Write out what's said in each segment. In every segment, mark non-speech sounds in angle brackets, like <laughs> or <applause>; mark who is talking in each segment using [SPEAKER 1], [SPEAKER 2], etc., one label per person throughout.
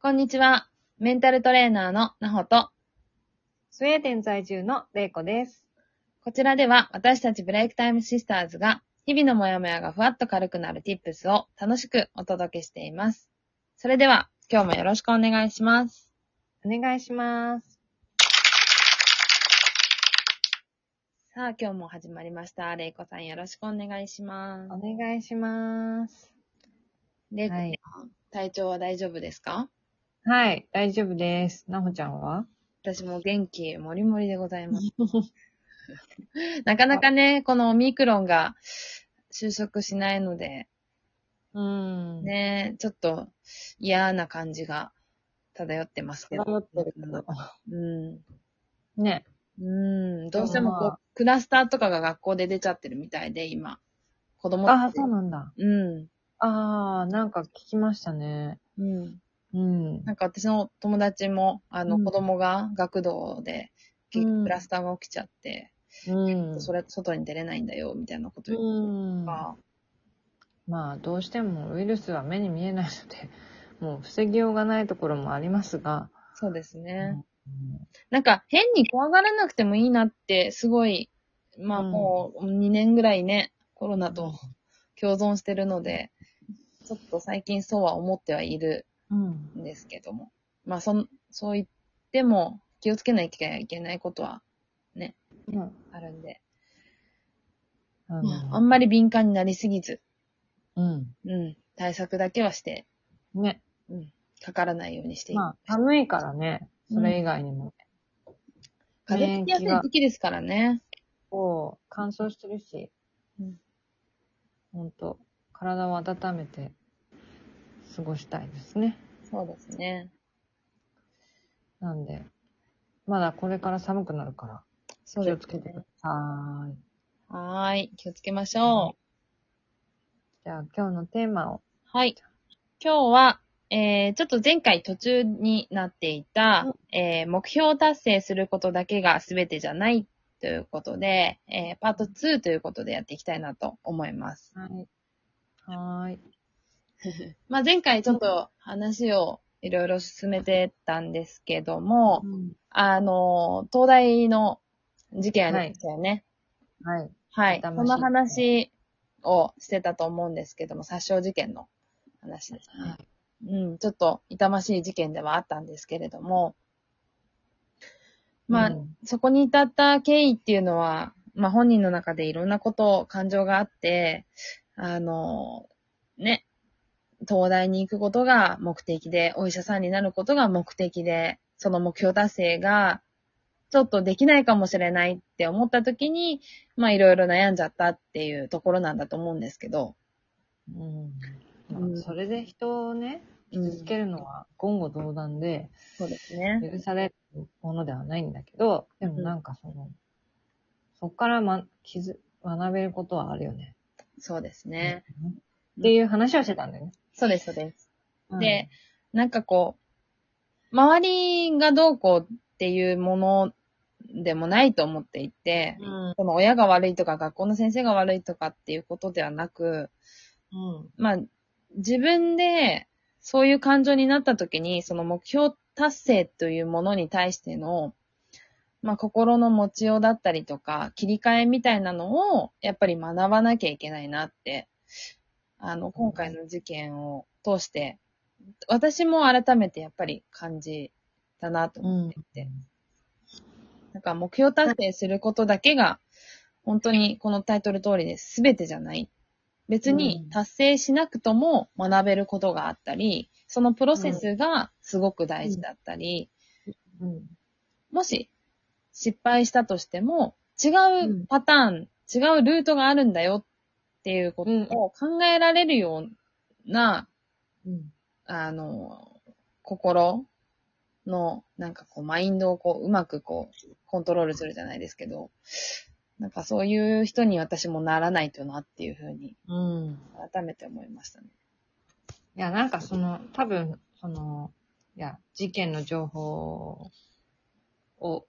[SPEAKER 1] こんにちは。メンタルトレーナーのなほと、
[SPEAKER 2] スウェーデン在住のレイコです。
[SPEAKER 1] こちらでは私たちブレイクタイムシスターズが日々のモヤモヤがふわっと軽くなる tips を楽しくお届けしています。それでは今日もよろしくお願いします。
[SPEAKER 2] お願いします。
[SPEAKER 1] さあ今日も始まりました。れいこさんよろしくお願いしま
[SPEAKER 2] お
[SPEAKER 1] す。
[SPEAKER 2] 願いします。
[SPEAKER 1] れいこ、
[SPEAKER 2] はい
[SPEAKER 1] 体調は大丈夫ですか
[SPEAKER 2] はい、大丈夫です。なほちゃんは
[SPEAKER 1] 私も元気もりもりでございます。 <laughs> なかなかね、このオミクロンが収束しないので、
[SPEAKER 2] うん。
[SPEAKER 1] ねえ、ちょっと嫌な感じが漂ってますけど。
[SPEAKER 2] 漂ってるけど。
[SPEAKER 1] うん。
[SPEAKER 2] ね。
[SPEAKER 1] うん。どうしてもこ
[SPEAKER 2] でも
[SPEAKER 1] う、
[SPEAKER 2] ま
[SPEAKER 1] クラスターとかが学校で出ちゃってるみたいで、今。子供
[SPEAKER 2] ああ、
[SPEAKER 1] たち
[SPEAKER 2] そうなんだ。
[SPEAKER 1] うん。
[SPEAKER 2] ああ、なんか聞きましたね。
[SPEAKER 1] うん。
[SPEAKER 2] うん
[SPEAKER 1] な。んか私の友達も、あの、
[SPEAKER 2] うん
[SPEAKER 1] 子供が学童で、結
[SPEAKER 2] う
[SPEAKER 1] 局
[SPEAKER 2] ん
[SPEAKER 1] クラスターが起きちゃって、
[SPEAKER 2] うん。
[SPEAKER 1] それ、外に出れないんだよ、みたいなこと言う
[SPEAKER 2] うん。
[SPEAKER 1] とか、
[SPEAKER 2] まあ、どうしてもウイルスは目に見えないので、 <laughs> もう防ぎようがないところもありますが。
[SPEAKER 1] そうですね。
[SPEAKER 2] うん
[SPEAKER 1] なんか変に怖がらなくてもいいなって、すごい、まあ
[SPEAKER 2] うん
[SPEAKER 1] もう2年ぐらいね、コロナと共存してるので、ちょっと最近そうは思ってはいる
[SPEAKER 2] うん。
[SPEAKER 1] んですけども。まあそん、そう言っても気をつけなきゃいけないことは
[SPEAKER 2] うん。
[SPEAKER 1] あるんで、
[SPEAKER 2] あ
[SPEAKER 1] まあ、あ
[SPEAKER 2] の
[SPEAKER 1] んまり敏感になりすぎず、
[SPEAKER 2] うん。
[SPEAKER 1] うん、対策だけはして、
[SPEAKER 2] ね。
[SPEAKER 1] うん、かからないようにしてい、
[SPEAKER 2] まあ、寒いからね。それ以外にも。
[SPEAKER 1] 風邪ひきやすい時期ですからね。
[SPEAKER 2] こう、乾燥してるし、
[SPEAKER 1] うん
[SPEAKER 2] ほんと、体を温めて過ごしたいですね。
[SPEAKER 1] そうですね。
[SPEAKER 2] なんで、まだこれから寒くなるから、
[SPEAKER 1] そう
[SPEAKER 2] 気
[SPEAKER 1] で
[SPEAKER 2] を
[SPEAKER 1] す
[SPEAKER 2] つけてく
[SPEAKER 1] ね
[SPEAKER 2] だ。さい。
[SPEAKER 1] はーい。気をつけましょう。
[SPEAKER 2] じゃあ今日のテーマを。
[SPEAKER 1] はい。今日は、えー、ちょっと前回途中になっていた、えー、目標を達成することだけが全てじゃないということで、えー、パート2ということでやっていきたいなと思います。
[SPEAKER 2] はい。はーい。
[SPEAKER 1] まあ、前回ちょっと話をいろいろ進めてたんですけども、あの、東大の事件ありましたよね。
[SPEAKER 2] はい。
[SPEAKER 1] はい。
[SPEAKER 2] 痛
[SPEAKER 1] こ
[SPEAKER 2] ましい
[SPEAKER 1] の話をしてたと思うんですけども、殺傷事件の話ですね。
[SPEAKER 2] はい。
[SPEAKER 1] うん、ちょっと痛ましい事件ではあったんですけれども、まあ、
[SPEAKER 2] うん
[SPEAKER 1] そこに至った経緯っていうのは、まあ本人の中でいろんなこと、感情があって、あの、ね、東大に行くことが目的で、お医者さんになることが目的で、その目標達成が、ちょっとできないかもしれないって思った時に、まあいろいろ悩んじゃったっていうところなんだと思うんですけど。
[SPEAKER 2] うん。まあ
[SPEAKER 1] うん
[SPEAKER 2] それで人をね、
[SPEAKER 1] うん
[SPEAKER 2] 傷つけるのは言語道断で、
[SPEAKER 1] そうですね。
[SPEAKER 2] 許されるものではないんだけど、でもなんかその、そっから、ま、傷、学べることはあるよね。
[SPEAKER 1] そうですね。
[SPEAKER 2] っていう話をしてたんだよね。
[SPEAKER 1] そうです、そうです。で、なんかこう、周りがどうこうっていうものでもないと思っていて、
[SPEAKER 2] うん。
[SPEAKER 1] その親が悪いとか学校の先生が悪いとかっていうことではなく、
[SPEAKER 2] うん。
[SPEAKER 1] まあ、自分でそういう感情になった時に、その目標達成というものに対しての、まあ、心の持ちようだったりとか、切り替えみたいなのを、やっぱり学ばなきゃいけないなって、あの、今回の事件を通して、私も改めてやっぱり感じたなと思っていて。なんか目標達成することだけが、本当にこのタイトル通りです。全てじゃない。別に
[SPEAKER 2] うん
[SPEAKER 1] 達成しなくとも学べることがあったり、そのプロセスがすごく大事だったり、
[SPEAKER 2] うん。
[SPEAKER 1] もし失敗したとしても、違ううんパターン、違うルートがあるんだよっていうことを考えられるような、
[SPEAKER 2] うん。
[SPEAKER 1] あの、心の、なんかこう、マインドをこう、うまくこう、コントロールするじゃないですけど、なんかそういう人に私もならないとなっていうふうに、
[SPEAKER 2] うん。
[SPEAKER 1] 改めて思いましたね。
[SPEAKER 2] いや、なんかその、多分、その、いや、事件の情報を考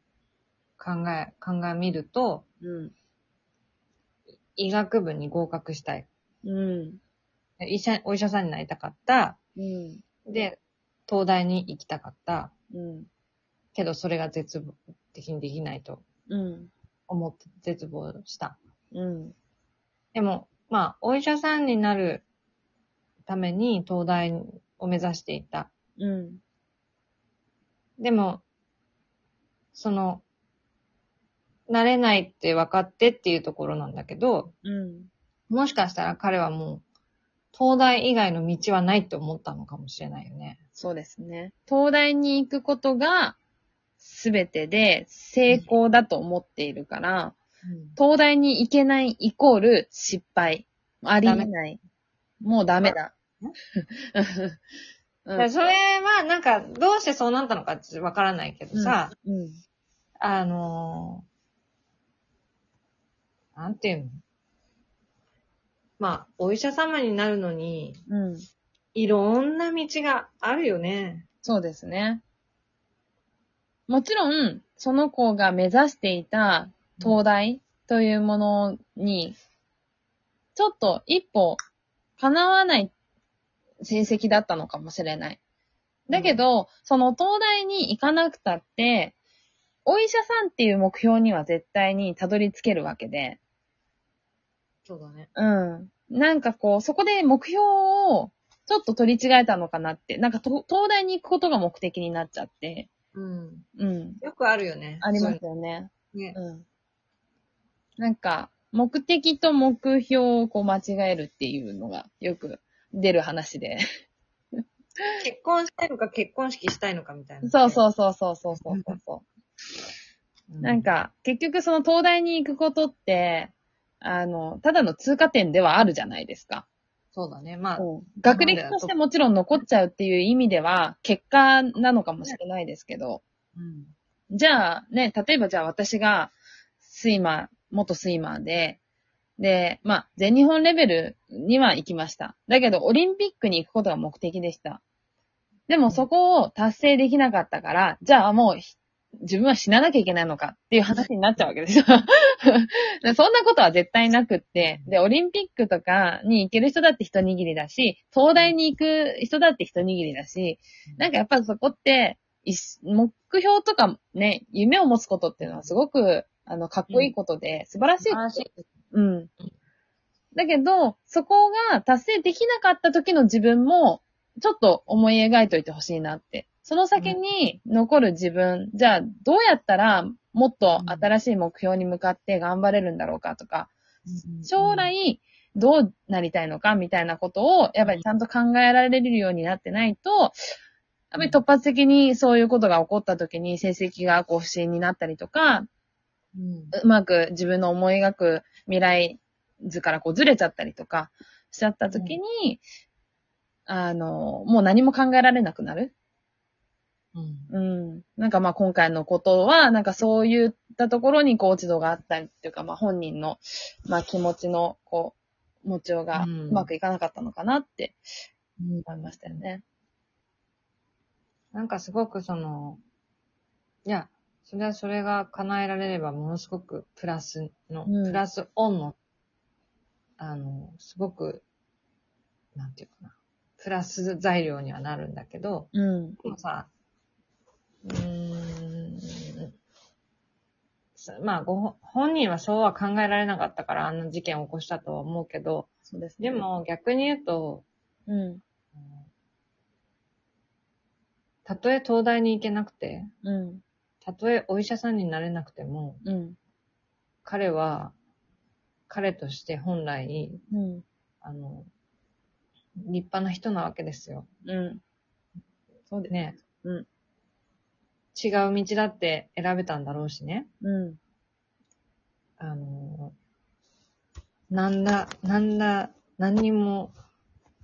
[SPEAKER 2] え、考えみると、
[SPEAKER 1] うん。
[SPEAKER 2] 医学部に合格したい。
[SPEAKER 1] うん。
[SPEAKER 2] 医者、お医者さんになりたかった。
[SPEAKER 1] うん。
[SPEAKER 2] で、東大に行きたかった。
[SPEAKER 1] うん。
[SPEAKER 2] けど、それが絶望的にできないと
[SPEAKER 1] うん。
[SPEAKER 2] 思って絶望した。
[SPEAKER 1] うん。
[SPEAKER 2] でも、まあ、お医者さんになるために東大を目指していた。
[SPEAKER 1] うん。
[SPEAKER 2] でも、その、なれないって分かってっていうところなんだけど、
[SPEAKER 1] うん。
[SPEAKER 2] もしかしたら彼はもう、東大以外の道はないって思ったのかもしれないよね。
[SPEAKER 1] そうですね。東大に行くことが全てで成功だと思っているから、東大に行けないイコール失敗。ありえない。もうダメだ。う
[SPEAKER 2] だ
[SPEAKER 1] ん
[SPEAKER 2] からそれは、なんか、どうしてそうなったのかって分からないけどさ、
[SPEAKER 1] うん。
[SPEAKER 2] あのーなんていうのまあ、お医者様になるのに、
[SPEAKER 1] うん。
[SPEAKER 2] いろんな道があるよね。
[SPEAKER 1] そうですね。もちろん、その子が目指していた東大というものに、ちょっと一歩叶わない成績だったのかもしれない。だけど、その東大に行かなくたって、お医者さんっていう目標には絶対にたどり着けるわけで、
[SPEAKER 2] そうだね。
[SPEAKER 1] うん。なんかこう、そこで目標をちょっと取り違えたのかなって、なんかと東大に行くことが目的になっちゃって、
[SPEAKER 2] うん。
[SPEAKER 1] うん。
[SPEAKER 2] よくあるよね。
[SPEAKER 1] ありますよね。
[SPEAKER 2] そういうのね。
[SPEAKER 1] うん。なんか、目的と目標をこう間違えるっていうのがよく出る話で。
[SPEAKER 2] 結婚したいのか結婚式したいのかみたいな。
[SPEAKER 1] そうそうそうそうそうそうそう。
[SPEAKER 2] う
[SPEAKER 1] なん、か、結局その東大に行くことって、あの、ただの通過点ではあるじゃないですか。
[SPEAKER 2] そうだね。まあ、
[SPEAKER 1] 学歴としてもちろん残っちゃうっていう意味では、結果なのかもしれないですけど、
[SPEAKER 2] うん。
[SPEAKER 1] じゃあね、例えばじゃあ私がスイマー、元スイマーで、で、まあ、全日本レベルには行きました。だけど、オリンピックに行くことが目的でした。でも、そこを達成できなかったから、じゃあもうひ、自分は死ななきゃいけないのかっていう話になっちゃうわけですよ。 <laughs> でそんなことは絶対なくって、で、オリンピックとかに行ける人だって一握りだし、東大に行く人だって一握りだし、なんかやっぱそこって、いし目標とかね、夢を持つことっていうのはすごく、あの、かっこいいことで、素晴らしい
[SPEAKER 2] 素
[SPEAKER 1] こ
[SPEAKER 2] 晴
[SPEAKER 1] と
[SPEAKER 2] らしい。
[SPEAKER 1] うん。だけど、そこが達成できなかった時の自分も、ちょっと思い描いといてほしいなって。その先に残る自分、じゃあどうやったらもっと新しい目標に向かって頑張れるんだろうかとか、将来どうなりたいのかみたいなことを、やっぱりちゃんと考えられるようになってないと、やっぱり突発的にそういうことが起こった時に成績がこう不振になったりとか、
[SPEAKER 2] うん、
[SPEAKER 1] うまく自分の思い描く未来図からこうずれちゃったりとかしちゃった時に、あの、もう何も考えられなくなる。
[SPEAKER 2] うん。
[SPEAKER 1] うん。なんかまあ今回のことは、なんかそういったところにこう落ち度があったりっていうか、まあ本人の、まあ気持ちの、こう、持ちようが
[SPEAKER 2] うん
[SPEAKER 1] うまくいかなかったのかなって
[SPEAKER 2] うん
[SPEAKER 1] 思いましたよね。
[SPEAKER 2] なんかすごくその、いや、それはそれが叶えられればものすごくプラスの、
[SPEAKER 1] うん
[SPEAKER 2] プラスオンの、あの、すごく、なんていうかな、プラス材料にはなるんだけど、
[SPEAKER 1] うん。
[SPEAKER 2] でもさ、うーん、さまあごほ、本人はそうは考えられなかったからあんな事件を起こしたとは思うけど、
[SPEAKER 1] そうですね。
[SPEAKER 2] で、も逆に言うと、
[SPEAKER 1] うん。
[SPEAKER 2] たとえ東大に行けなくて、
[SPEAKER 1] う
[SPEAKER 2] たとえお医者さんになれなくても、
[SPEAKER 1] ん。うん。
[SPEAKER 2] 彼は、彼として本来、
[SPEAKER 1] うん。
[SPEAKER 2] あの、立派な人なわけですよ。
[SPEAKER 1] うん。そうですね。
[SPEAKER 2] ね。
[SPEAKER 1] うん
[SPEAKER 2] 違う道だって選べたんだろうしね。
[SPEAKER 1] うん。
[SPEAKER 2] あの、なんだ、なんだ、何にも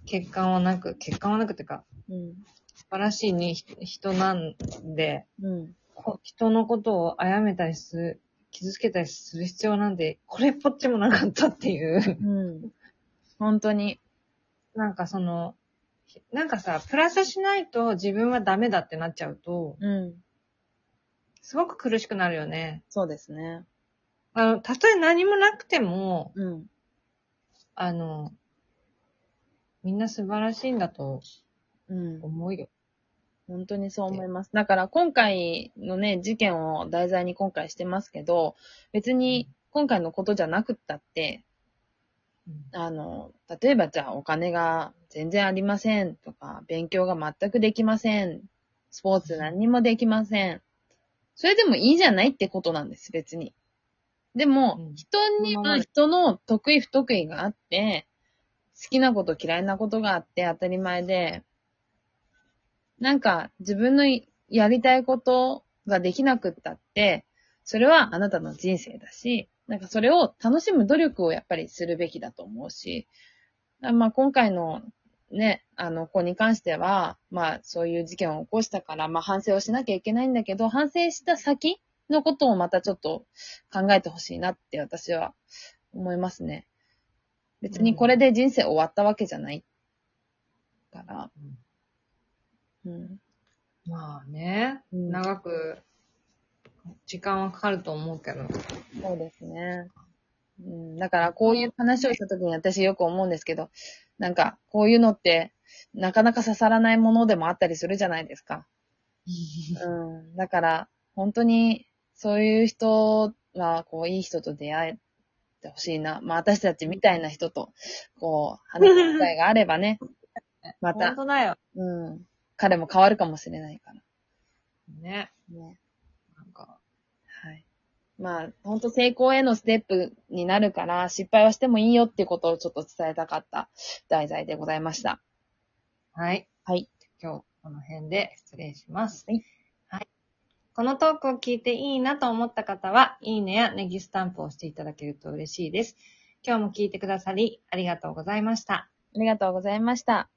[SPEAKER 2] 欠陥はなく、欠陥はなくてか、
[SPEAKER 1] うん。
[SPEAKER 2] 素晴らしいに人なんで、
[SPEAKER 1] うん。
[SPEAKER 2] こ人のことを殺めたりする、傷つけたりする必要なんで、これっぽっちもなかったっていう。 <laughs>
[SPEAKER 1] うん。本当に。
[SPEAKER 2] なんかその、ひなんかさ、プラスしないと自分はダメだってなっちゃうと、
[SPEAKER 1] うん。
[SPEAKER 2] すごく苦しくなるよね。
[SPEAKER 1] そうですね。
[SPEAKER 2] あの、たとえ何もなくても、
[SPEAKER 1] うん。
[SPEAKER 2] あの、みんな素晴らしいんだと
[SPEAKER 1] うん。
[SPEAKER 2] 思うよ。
[SPEAKER 1] 本当にそう思います。だから今回のね、事件を題材に今回してますけど、別に今回のことじゃなくったって、
[SPEAKER 2] うん
[SPEAKER 1] あの、例えばじゃあお金が全然ありませんとか、勉強が全くできません。スポーツ何にもできません。それでもいいじゃないってことなんです、別に。でも、
[SPEAKER 2] うん
[SPEAKER 1] 人に
[SPEAKER 2] そのまま
[SPEAKER 1] は
[SPEAKER 2] で
[SPEAKER 1] 人の得意不得意があって、好きなこと嫌いなことがあって当たり前で、なんか自分のやりたいことができなくったって、それはあなたの人生だし、なんかそれを楽しむ努力をやっぱりするべきだと思うし、あまあ今回のね、あの子に関しては、まあそういう事件を起こしたから、まあ反省をしなきゃいけないんだけど、反省した先のことをまたちょっと考えてほしいなって私は思いますね。別にこれで人生終わったわけじゃないから、うん。
[SPEAKER 2] まあね、
[SPEAKER 1] うん
[SPEAKER 2] 長く時間はかかると思うけど。 <laughs>
[SPEAKER 1] そうですね。うん、だからこういう話をした時に私よく思うんですけど、なんかこういうのってなかなか刺さらないものでもあったりするじゃないですか。うん。だから本当にそういう人はこういい人と出会えてほしいな。まあ私たちみたいな人とこう話す機会があればね、ま
[SPEAKER 2] 本
[SPEAKER 1] た、
[SPEAKER 2] 当だよ。
[SPEAKER 1] うん。彼も変わるかもしれないから。
[SPEAKER 2] ね。
[SPEAKER 1] ね。
[SPEAKER 2] なんか、
[SPEAKER 1] はい。まあ、ほんと成功へのステップになるから、失敗はしてもいいよっていうことをちょっと伝えたかった題材でございました。
[SPEAKER 2] はい。
[SPEAKER 1] はい。
[SPEAKER 2] 今日この辺で失礼します。
[SPEAKER 1] はい。
[SPEAKER 2] はい。このトークを聞いていいなと思った方は、いいねやネギスタンプをしていただけると嬉しいです。今日も聞いてくださり、ありがとうございました。
[SPEAKER 1] ありがとうございました。